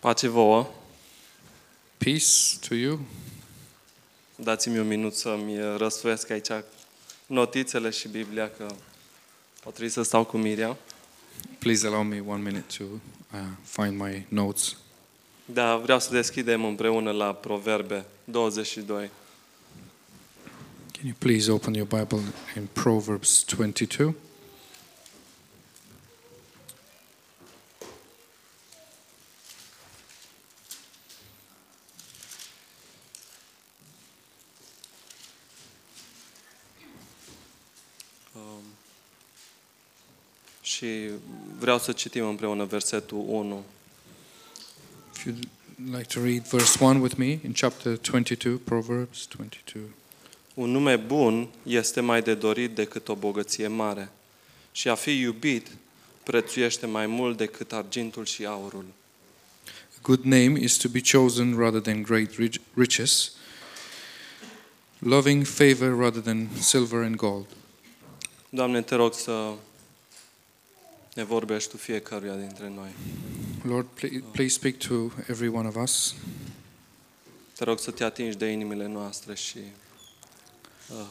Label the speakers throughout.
Speaker 1: Pace vouă.
Speaker 2: Peace to you.
Speaker 1: Dați-mi un minut să-mi răsfoiesc aici notițele și Biblia, că o trebuie să stau cu Miria.
Speaker 2: Please allow me one minute to uh, find my notes.
Speaker 1: Dar Da, vreau să deschidem împreună la Proverbe 22.
Speaker 2: Can you please open your Bible in Proverbs 22?
Speaker 1: Și vreau să citim împreună versetul 1.
Speaker 2: If you'd like to read verse 1 with me in chapter 22, Proverbs 22.
Speaker 1: Un nume bun este mai de dorit decât o bogăție mare. Și a fi iubit prețuiește mai mult decât argintul și aurul.
Speaker 2: A good name is to be chosen rather than great rich- riches, loving favor rather than silver and gold.
Speaker 1: Doamne, te rog să ne vorbești Tu fiecăruia dintre noi.
Speaker 2: Lord, please, please speak to every one of us.
Speaker 1: Te rog să te atingi de inimile noastre și uh,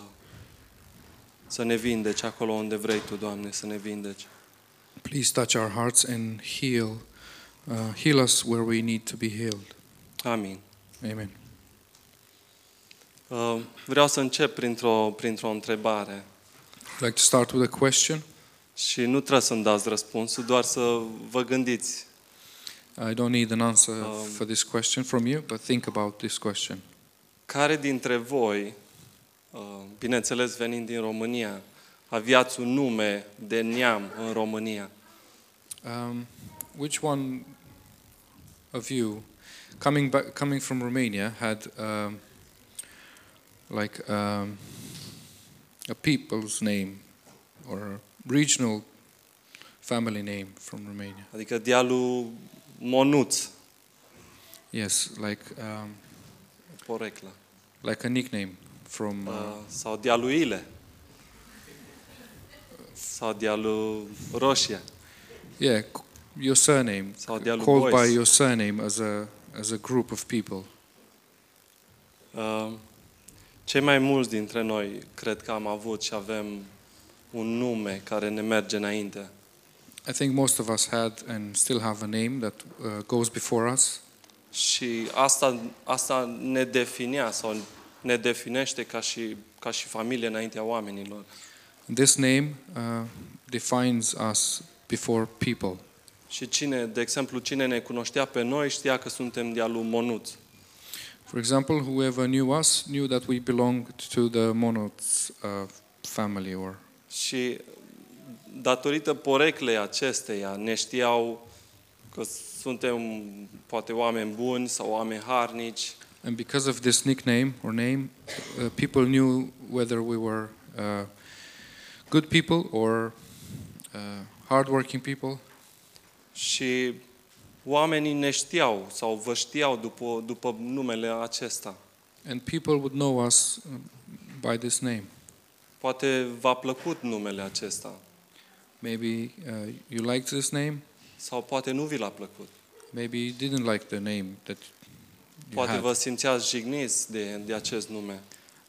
Speaker 1: să ne vindeci acolo unde vrei Tu, Doamne, să ne vindeci.
Speaker 2: Please touch our hearts and heal, uh, heal us where we need to be healed.
Speaker 1: Amin.
Speaker 2: Amen.
Speaker 1: Uh, vreau să încep printr-o, printr-o întrebare
Speaker 2: I'd like to start with a question.
Speaker 1: și nu trebuie să-mi dați răspunsul, doar să vă gândiți.
Speaker 2: I don't need an answer
Speaker 1: Um,
Speaker 2: for this question from you, but think about this question.
Speaker 1: Care dintre voi, uh, bineînțeles venind din România, aveați un nume de neam în România?
Speaker 2: Um, which one of you, coming back, coming from Romania, had um, like um, a people's name or a regional family name from Romania?
Speaker 1: Adică dealul Monuț,
Speaker 2: Yes, like um,
Speaker 1: poreclă,
Speaker 2: like a nickname from uh,
Speaker 1: uh, sau dealul Ile, sau dealul Roșia.
Speaker 2: yeah c- your surname
Speaker 1: Sau de-a lui
Speaker 2: called by
Speaker 1: Boyce.
Speaker 2: your surname as a as a group of people.
Speaker 1: Uh, Cei mai mulți dintre noi cred că am avut și avem un nume care ne merge înainte.
Speaker 2: I think most of us had and still have a name that uh, goes before us,
Speaker 1: Și asta, asta ne definea sau ne definește ca și, ca și familie înaintea oamenilor.
Speaker 2: This name uh, defines us before people.
Speaker 1: Și cine, de exemplu, cine ne cunoștea pe noi știa că suntem de-a lui Monuț.
Speaker 2: For example, whoever knew us knew that we belonged to the Monots uh, family, or
Speaker 1: Și datorită poreclei acesteia ne știau că suntem poate oameni buni sau oameni harnici,
Speaker 2: and because of this nickname or name, uh, people knew whether we were uh, good people or uh, hardworking people,
Speaker 1: Și oamenii ne știau sau vă știau după, după numele acesta.
Speaker 2: and people would know us uh, by this name.
Speaker 1: Poate v-a plăcut numele acesta
Speaker 2: Maybe uh, you liked this name,
Speaker 1: sau poate nu vi l-a plăcut.
Speaker 2: maybe you didn't like the name that you
Speaker 1: Poate
Speaker 2: had.
Speaker 1: vă simțeați jigniți de, de acest nume.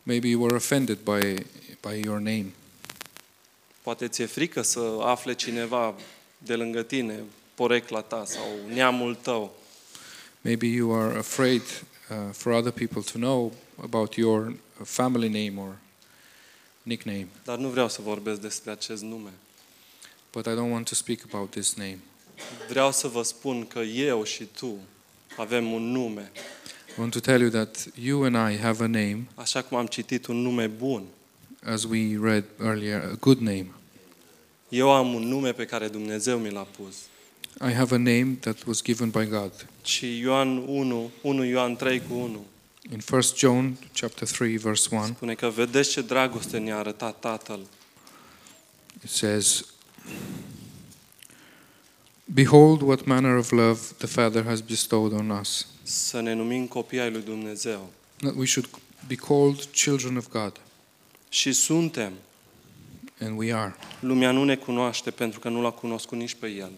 Speaker 2: Maybe you were offended by by your name.
Speaker 1: Poate ți-e frică să afle cineva de lângă tine porecla ta sau neamul tău.
Speaker 2: Maybe you are afraid uh, for other people to know about your family name or nickname.
Speaker 1: Dar nu vreau să vorbesc despre acest nume.
Speaker 2: But I don't want to speak about this name.
Speaker 1: Vreau să vă spun că eu și tu avem un nume,
Speaker 2: I want to tell you that you and I have a name,
Speaker 1: așa cum am citit un nume bun.
Speaker 2: as we read earlier, a good name.
Speaker 1: Eu am un nume pe care Dumnezeu mi l-a pus.
Speaker 2: I have a name that was given by God.
Speaker 1: Și Ioan 1, 1 Ioan 3 cu 1,
Speaker 2: In 1 John chapter 3 verse 1
Speaker 1: spune că vedeți ce dragoste ne-a arătat Tatăl,
Speaker 2: it says Behold what manner of love the Father has bestowed on us
Speaker 1: să ne numim copii ai lui Dumnezeu.
Speaker 2: that we should be called children of God,
Speaker 1: Și suntem.
Speaker 2: and we are.
Speaker 1: Lumea nu ne cunoaște pentru că nu l-a cunoscut nici pe El.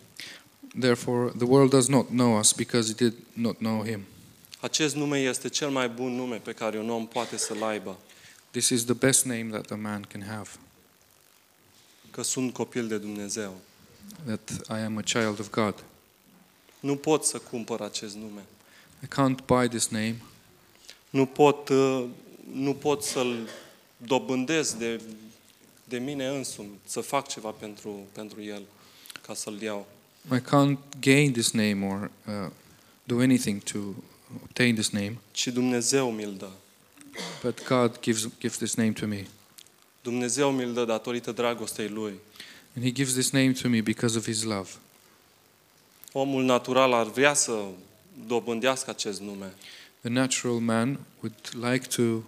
Speaker 2: Therefore, the world does not know us because it did not know him.
Speaker 1: Acest nume este cel mai bun nume pe care un om poate să-l aibă,
Speaker 2: This is the best name that a man can have
Speaker 1: că sunt copil de Dumnezeu.
Speaker 2: that I am a child of God.
Speaker 1: Nu pot să cumpăr acest nume.
Speaker 2: I can't buy this name.
Speaker 1: Nu pot, uh, nu pot să-l dobândesc de, de mine însumi, să fac ceva pentru, pentru el, ca să-l iau.
Speaker 2: I can't gain this name or uh, do anything to obtain this name.
Speaker 1: Ci Dumnezeu mi-l dă.
Speaker 2: But God gives, gives this name to me.
Speaker 1: Dumnezeu mi-l dă datorită dragostei lui.
Speaker 2: And He gives this name to me because of His love.
Speaker 1: Omul natural ar vrea să dobândească acest nume,
Speaker 2: The natural man would like to uh,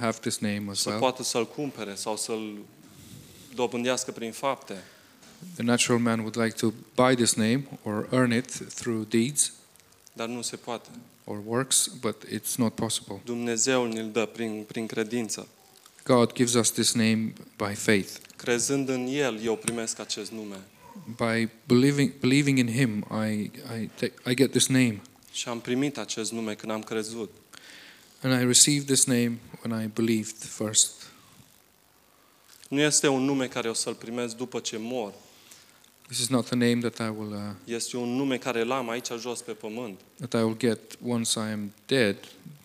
Speaker 2: have this name as
Speaker 1: să
Speaker 2: well.
Speaker 1: poată să-l cumpere sau să-l dobândească prin fapte.
Speaker 2: The natural man would like to buy this name or earn it through deeds
Speaker 1: Dar nu se poate.
Speaker 2: or works, but it's not possible.
Speaker 1: Dumnezeu ne-l dă prin, prin credință.
Speaker 2: God gives us this name by faith.
Speaker 1: Crezând în El, eu primesc acest nume.
Speaker 2: By believing, believing in Him, I, I, take, I get this name.
Speaker 1: Și am primit acest nume când am crezut.
Speaker 2: And I received this name when I believed first.
Speaker 1: Nu este un nume care o să-l primesc după ce mor.
Speaker 2: This is not a name that I will, uh,
Speaker 1: Este un nume care îl am aici jos pe pământ.
Speaker 2: that I will get once I am dead,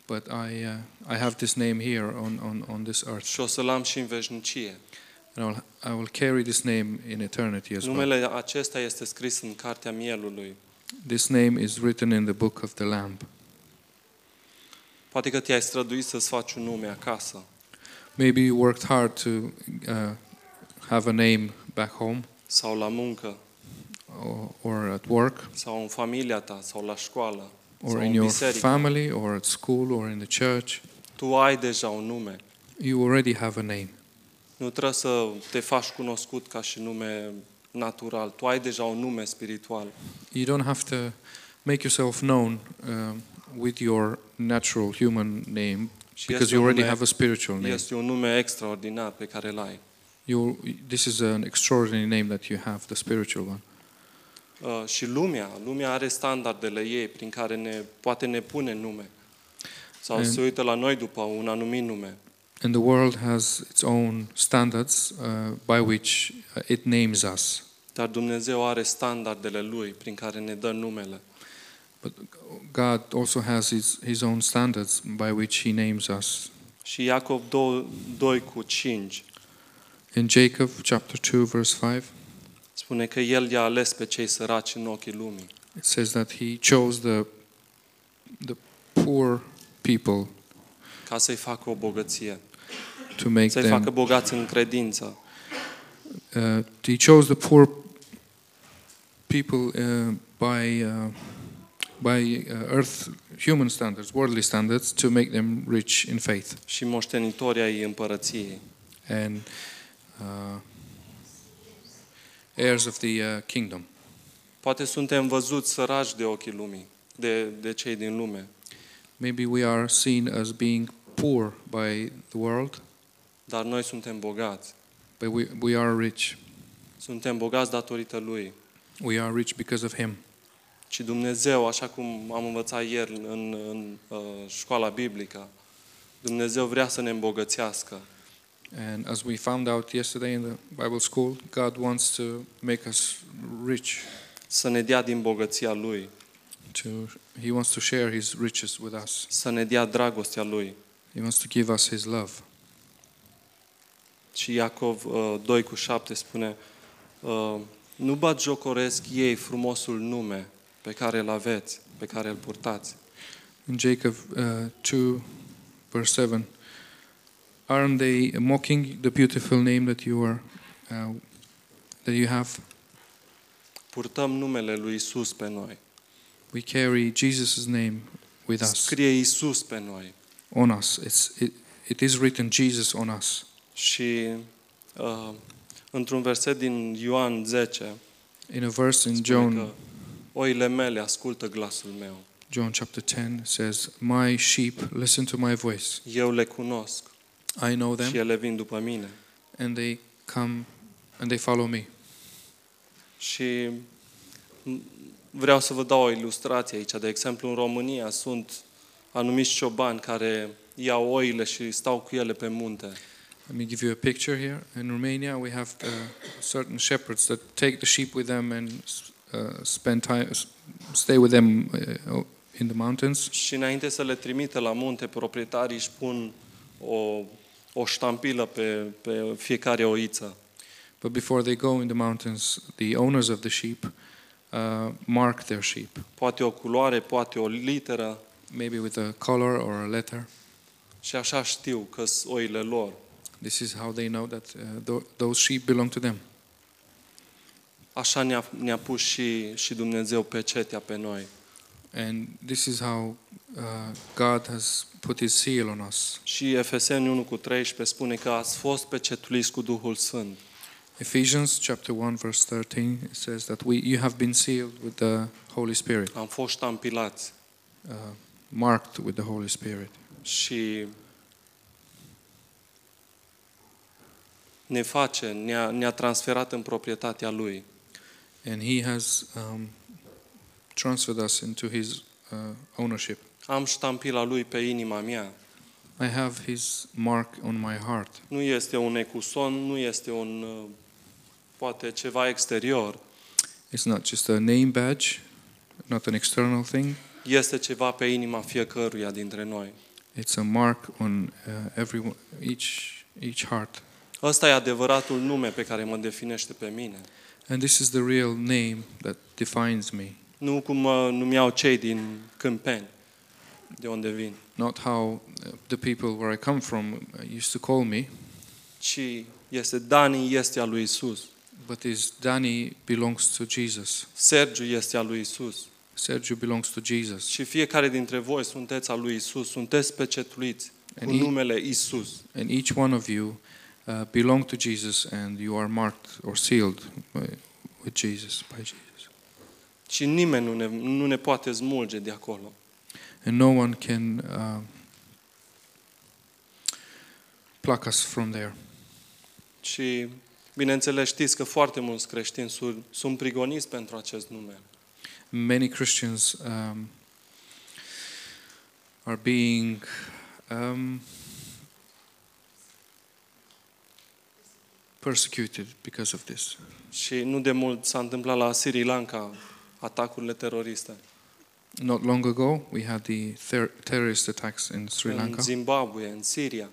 Speaker 2: but I, uh, I have this name here on, on, on this earth.
Speaker 1: Și o să-l am și în veșnicie.
Speaker 2: And I will, I will carry this name in eternity as well.
Speaker 1: Numele acesta este scris în Cartea Mielului.
Speaker 2: This name is written in the book of the Lamb.
Speaker 1: Poate că te-ai străduit să-ți faci un nume acasă.
Speaker 2: Maybe you worked hard to uh, have a name back home
Speaker 1: sau la muncă,
Speaker 2: or, or at work
Speaker 1: sau în familia ta, sau la școală, sau
Speaker 2: or
Speaker 1: în
Speaker 2: in your
Speaker 1: biserică.
Speaker 2: family or at school or in the church.
Speaker 1: tu ai deja un nume.
Speaker 2: You already have a name.
Speaker 1: Nu trebuie să te faci cunoscut ca și nume natural. Tu ai deja un nume spiritual.
Speaker 2: You don't have to make yourself known um, with your natural human name
Speaker 1: Și
Speaker 2: because
Speaker 1: este
Speaker 2: you
Speaker 1: un,
Speaker 2: already
Speaker 1: nume,
Speaker 2: have a spiritual name.
Speaker 1: este un nume extraordinar pe care îl ai.
Speaker 2: You, this is an extraordinary name that you have, the spiritual one.
Speaker 1: Uh, și lumea, lumea are standardele ei prin care ne poate ne pune nume. Sau
Speaker 2: Mm.
Speaker 1: se uită la noi după un anumit nume.
Speaker 2: And the world has its own standards uh, by which uh, it names us.
Speaker 1: Dar Dumnezeu are standardele Lui prin care ne dă numele.
Speaker 2: But God also has his, his own standards by which he names us.
Speaker 1: Și Iacov 2, 2 cu 5
Speaker 2: In Jacob chapter 2, verse 5,
Speaker 1: Spune că El i-a ales pe cei săraci în ochii lumii.
Speaker 2: it says that he chose the, the poor people
Speaker 1: ca să-i facă o bogăție,
Speaker 2: to make
Speaker 1: să-i facă
Speaker 2: them.
Speaker 1: bogați în credință.
Speaker 2: Uh, he chose the poor people uh, by, uh, by uh, earth, human standards, worldly standards, to make them rich in faith.
Speaker 1: Și moștenitorii ai împărăției.
Speaker 2: and uh, heirs of the uh, kingdom.
Speaker 1: Poate suntem văzuți săraci de ochii lumii, de, de cei din lume,
Speaker 2: Maybe we are seen as being poor by the world,
Speaker 1: dar noi suntem bogați.
Speaker 2: but we, we are rich.
Speaker 1: Suntem bogați datorită Lui.
Speaker 2: We are rich because of Him.
Speaker 1: Și Dumnezeu, așa cum am învățat ieri în, în uh, școala biblică, Dumnezeu vrea să ne îmbogățească.
Speaker 2: And as we found out yesterday in the Bible school, God wants to make us rich.
Speaker 1: Să ne dea din bogăția Lui,
Speaker 2: To He wants to share His riches with us.
Speaker 1: să ne dea dragostea Lui.
Speaker 2: He wants to give us His love.
Speaker 1: Și Iacov uh, 2 cu 7 spune, uh, nu bat jocoresc ei frumosul nume pe care îl aveți, pe care îl purtați.
Speaker 2: In Jacob uh, 2, verse 7, aren't they mocking the beautiful name that you are, uh, that you have?
Speaker 1: Purtăm numele lui Isus pe noi.
Speaker 2: We carry Jesus' name with us,
Speaker 1: Scrie Isus pe noi.
Speaker 2: on us. It's, it, it is written Jesus on us.
Speaker 1: Și uh, într-un verset din Ioan 10,
Speaker 2: In a verse in
Speaker 1: spune că
Speaker 2: John,
Speaker 1: oile mele ascultă glasul meu.
Speaker 2: John chapter 10 says, My sheep listen to my voice.
Speaker 1: Eu le cunosc
Speaker 2: I know
Speaker 1: și
Speaker 2: them,
Speaker 1: ele vin după mine.
Speaker 2: and they come and they follow me.
Speaker 1: Și m- Vreau să vă dau o ilustrație aici. De exemplu, în România sunt anumiți ciobani care iau oile și stau cu ele pe munte.
Speaker 2: Let me give you a picture here. In Romania, we have uh, certain shepherds that take the sheep with them and uh, spend time, s- stay with them uh, in the mountains.
Speaker 1: Și înainte să le trimită la munte, proprietarii își pun o, o ștampilă pe, pe fiecare oiță.
Speaker 2: But before they go in the mountains, the owners of the sheep uh, mark their sheep,
Speaker 1: Poate o culoare, poate o literă
Speaker 2: maybe with a color or a letter.
Speaker 1: și așa știu că sunt oile lor.
Speaker 2: This is how they know that uh, tho- those sheep belong to them.
Speaker 1: Așa ne-a, ne-a pus și, și Dumnezeu pecetea pe noi.
Speaker 2: And this is how uh, God has put his seal on us.
Speaker 1: Și Efeseni 1 cu 13 spune că ați fost pecetuliți cu Duhul Sfânt.
Speaker 2: Ephesians chapter 1 verse 13 it says that we you have been sealed with the Holy Spirit,
Speaker 1: Am fost ștampilați
Speaker 2: uh, marked with the Holy Spirit.
Speaker 1: și ne face, ne-a, ne-a transferat în proprietatea Lui.
Speaker 2: And he has um, transferred us into his uh, ownership.
Speaker 1: Am ștampila Lui pe inima mea.
Speaker 2: I have his mark on my heart.
Speaker 1: Nu este un ecuson, nu este un uh, poate ceva exterior,
Speaker 2: It's not just a name badge, not an external thing.
Speaker 1: este ceva pe inima fiecăruia dintre noi.
Speaker 2: It's a mark on uh, every each each heart.
Speaker 1: Ăsta e adevăratul nume pe care mă definește pe mine.
Speaker 2: And this is the real name that defines me.
Speaker 1: Nu cum mă numeau cei din Câmpeni, de unde vin,
Speaker 2: not how uh, the people where I come from uh, used to call me,
Speaker 1: ci este Dani este al lui Isus,
Speaker 2: but is Danny belongs to Jesus.
Speaker 1: Sergiu este al lui Isus
Speaker 2: Sergio belongs to Jesus.
Speaker 1: și fiecare dintre voi sunteți al lui Isus, sunteți pecetuliți cu
Speaker 2: And e-
Speaker 1: numele Isus.
Speaker 2: And each one of you uh, belong to Jesus and you are marked or sealed by, with Jesus, by Jesus.
Speaker 1: Și nimeni nu ne, nu ne poate smulge de acolo.
Speaker 2: And no one can uh, pluck us from there.
Speaker 1: Și bineînțeles știți că foarte mulți creștini sunt, sunt prigoniți pentru acest nume.
Speaker 2: Many Christians um, are being um, persecuted because of this.
Speaker 1: Și nu de mult s-a întâmplat la Sri Lanka atacurile teroriste.
Speaker 2: Not long ago, we had the ter- terrorist attacks in Sri
Speaker 1: În
Speaker 2: Lanka,
Speaker 1: Zimbabwe, în Siria.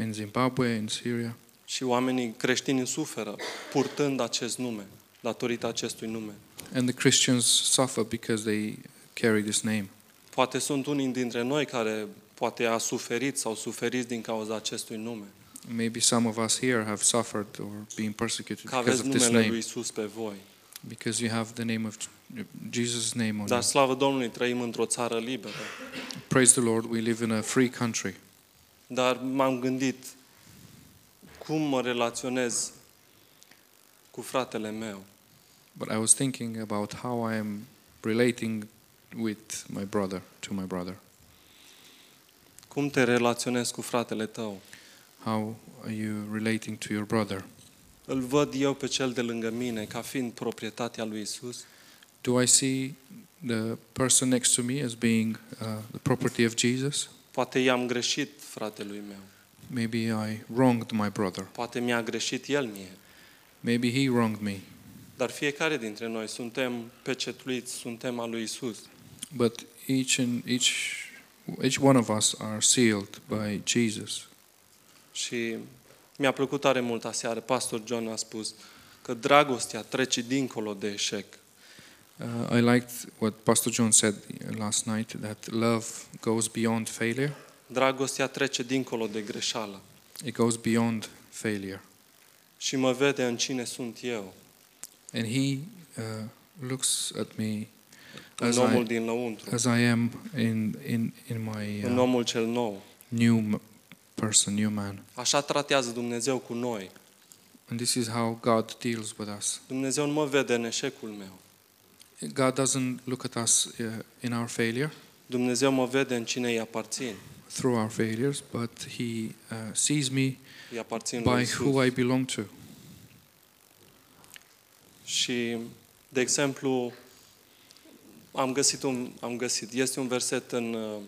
Speaker 2: in Zimbabwe, in Syria,
Speaker 1: Și oamenii creștini suferă purtând acest nume, datorită acestui nume.
Speaker 2: and the Christians suffer because they carry this name.
Speaker 1: Poate sunt unii dintre noi care poate a suferit sau suferiți din cauza acestui nume.
Speaker 2: Maybe some of us here have suffered or been persecuted
Speaker 1: Că
Speaker 2: because
Speaker 1: aveți
Speaker 2: of this
Speaker 1: numele lui
Speaker 2: name,
Speaker 1: Isus pe voi.
Speaker 2: because you have the name of Jesus' name on you.
Speaker 1: Dar slavă Domnului, trăim într-o țară liberă.
Speaker 2: Praise the Lord, we live in a free country.
Speaker 1: Dar m-am gândit cum mă relaționez cu fratele meu.
Speaker 2: But I was thinking about how I am relating with my brother, to my brother.
Speaker 1: Cum te relaționezi cu fratele tău?
Speaker 2: How are you relating to your brother?
Speaker 1: Îl văd eu pe cel de lângă mine ca fiind proprietatea lui Isus.
Speaker 2: Do I see the person next to me as being uh, the property of Jesus?
Speaker 1: Poate i-am greșit fratelui meu.
Speaker 2: Maybe I wronged my brother.
Speaker 1: Poate mi-a greșit el mie.
Speaker 2: Maybe he wronged me.
Speaker 1: Dar fiecare dintre noi suntem pecetuiți, suntem al lui Isus.
Speaker 2: But each and each each one of us are sealed by Jesus.
Speaker 1: Și mi-a plăcut tare mult aseară. Pastor John a spus că dragostea trece dincolo de eșec.
Speaker 2: Uh, I liked what Pastor John said last night that love goes beyond failure.
Speaker 1: Dragostea trece dincolo de greșeală.
Speaker 2: It goes beyond failure.
Speaker 1: Și mă vede în cine sunt eu,
Speaker 2: And he uh, looks at me
Speaker 1: în
Speaker 2: as
Speaker 1: omul
Speaker 2: I,
Speaker 1: din lăuntru,
Speaker 2: as I am in, in, in my
Speaker 1: în
Speaker 2: uh,
Speaker 1: omul cel nou.
Speaker 2: new m- person, new man.
Speaker 1: Așa tratează Dumnezeu cu noi.
Speaker 2: And this is how God deals with us.
Speaker 1: Dumnezeu nu mă vede în eșecul meu.
Speaker 2: God doesn't look at us uh, in our failure,
Speaker 1: Dumnezeu mă vede în cine îi aparțin.
Speaker 2: through our failures, but he uh, sees me
Speaker 1: Îi aparțin lui
Speaker 2: by
Speaker 1: Isus.
Speaker 2: who I belong to.
Speaker 1: Și, de exemplu, am găsit un, am găsit, este un verset în, uh,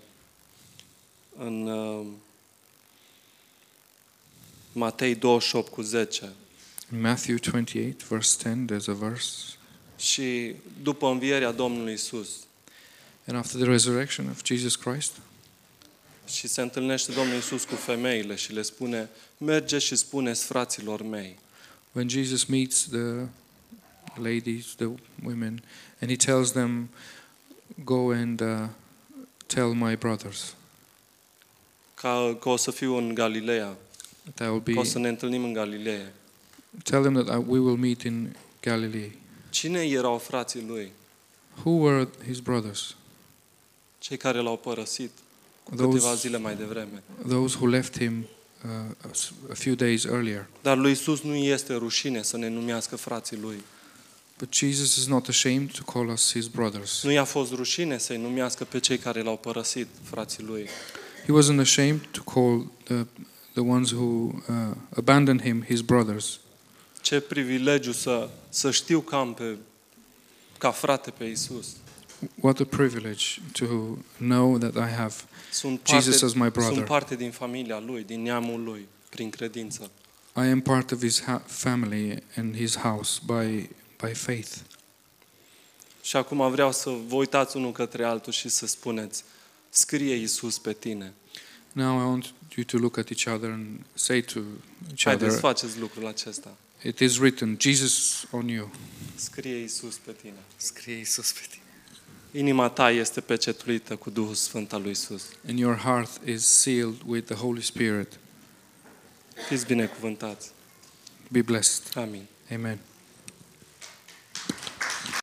Speaker 1: în uh, Matei 28 cu 10.
Speaker 2: In Matthew 28, verse 10, there's a verse.
Speaker 1: Și după învierea Domnului Isus.
Speaker 2: And after the resurrection of Jesus Christ,
Speaker 1: Și se întâlnește Domnul Isus cu femeile și le spune, merge și spuneți fraților mei.
Speaker 2: when Jesus meets the ladies, the women, and he tells them, Go and uh, tell my brothers
Speaker 1: Ca, că o să fiu în Galileea,
Speaker 2: that I will be.
Speaker 1: că o să ne întâlnim în Galileea.
Speaker 2: Tell them that I, we will meet in Galilee.
Speaker 1: Cine erau frații lui?
Speaker 2: Who were his brothers?
Speaker 1: Cei care l-au părăsit cu
Speaker 2: Those-
Speaker 1: câteva zile mai devreme.
Speaker 2: Those who left him uh, a s- a few days earlier.
Speaker 1: Dar lui Isus nu este rușine să ne numească frații lui.
Speaker 2: But Jesus is not ashamed to call us his brothers.
Speaker 1: Nu i-a fost rușine să-i numească pe cei care l-au părăsit, frații lui.
Speaker 2: He wasn't ashamed to call the, the ones who uh, abandoned him his brothers.
Speaker 1: Ce privilegiu să, să știu că am pe, ca frate pe Isus.
Speaker 2: What a privilege to know that I have
Speaker 1: Sunt parte,
Speaker 2: Jesus as my
Speaker 1: sunt
Speaker 2: brother.
Speaker 1: parte din familia lui, din neamul lui, prin credință.
Speaker 2: I am part of his ha- family and his house by, by faith.
Speaker 1: Și acum vreau să vă uitați unul către altul și să spuneți, scrie Isus pe tine.
Speaker 2: Now I want you to look at each other and say to each
Speaker 1: Haideți,
Speaker 2: other,
Speaker 1: faceți lucrul acesta.
Speaker 2: It is written, Jesus on you.
Speaker 1: Scrie Isus pe tine.
Speaker 3: Scrie Iisus pe tine.
Speaker 1: Inima ta este pecetuită cu Duhul Sfânt al lui Isus.
Speaker 2: And your heart is sealed with the Holy Spirit.
Speaker 1: Fiți binecuvântați.
Speaker 2: Be blessed.
Speaker 1: Amin.
Speaker 2: Amen.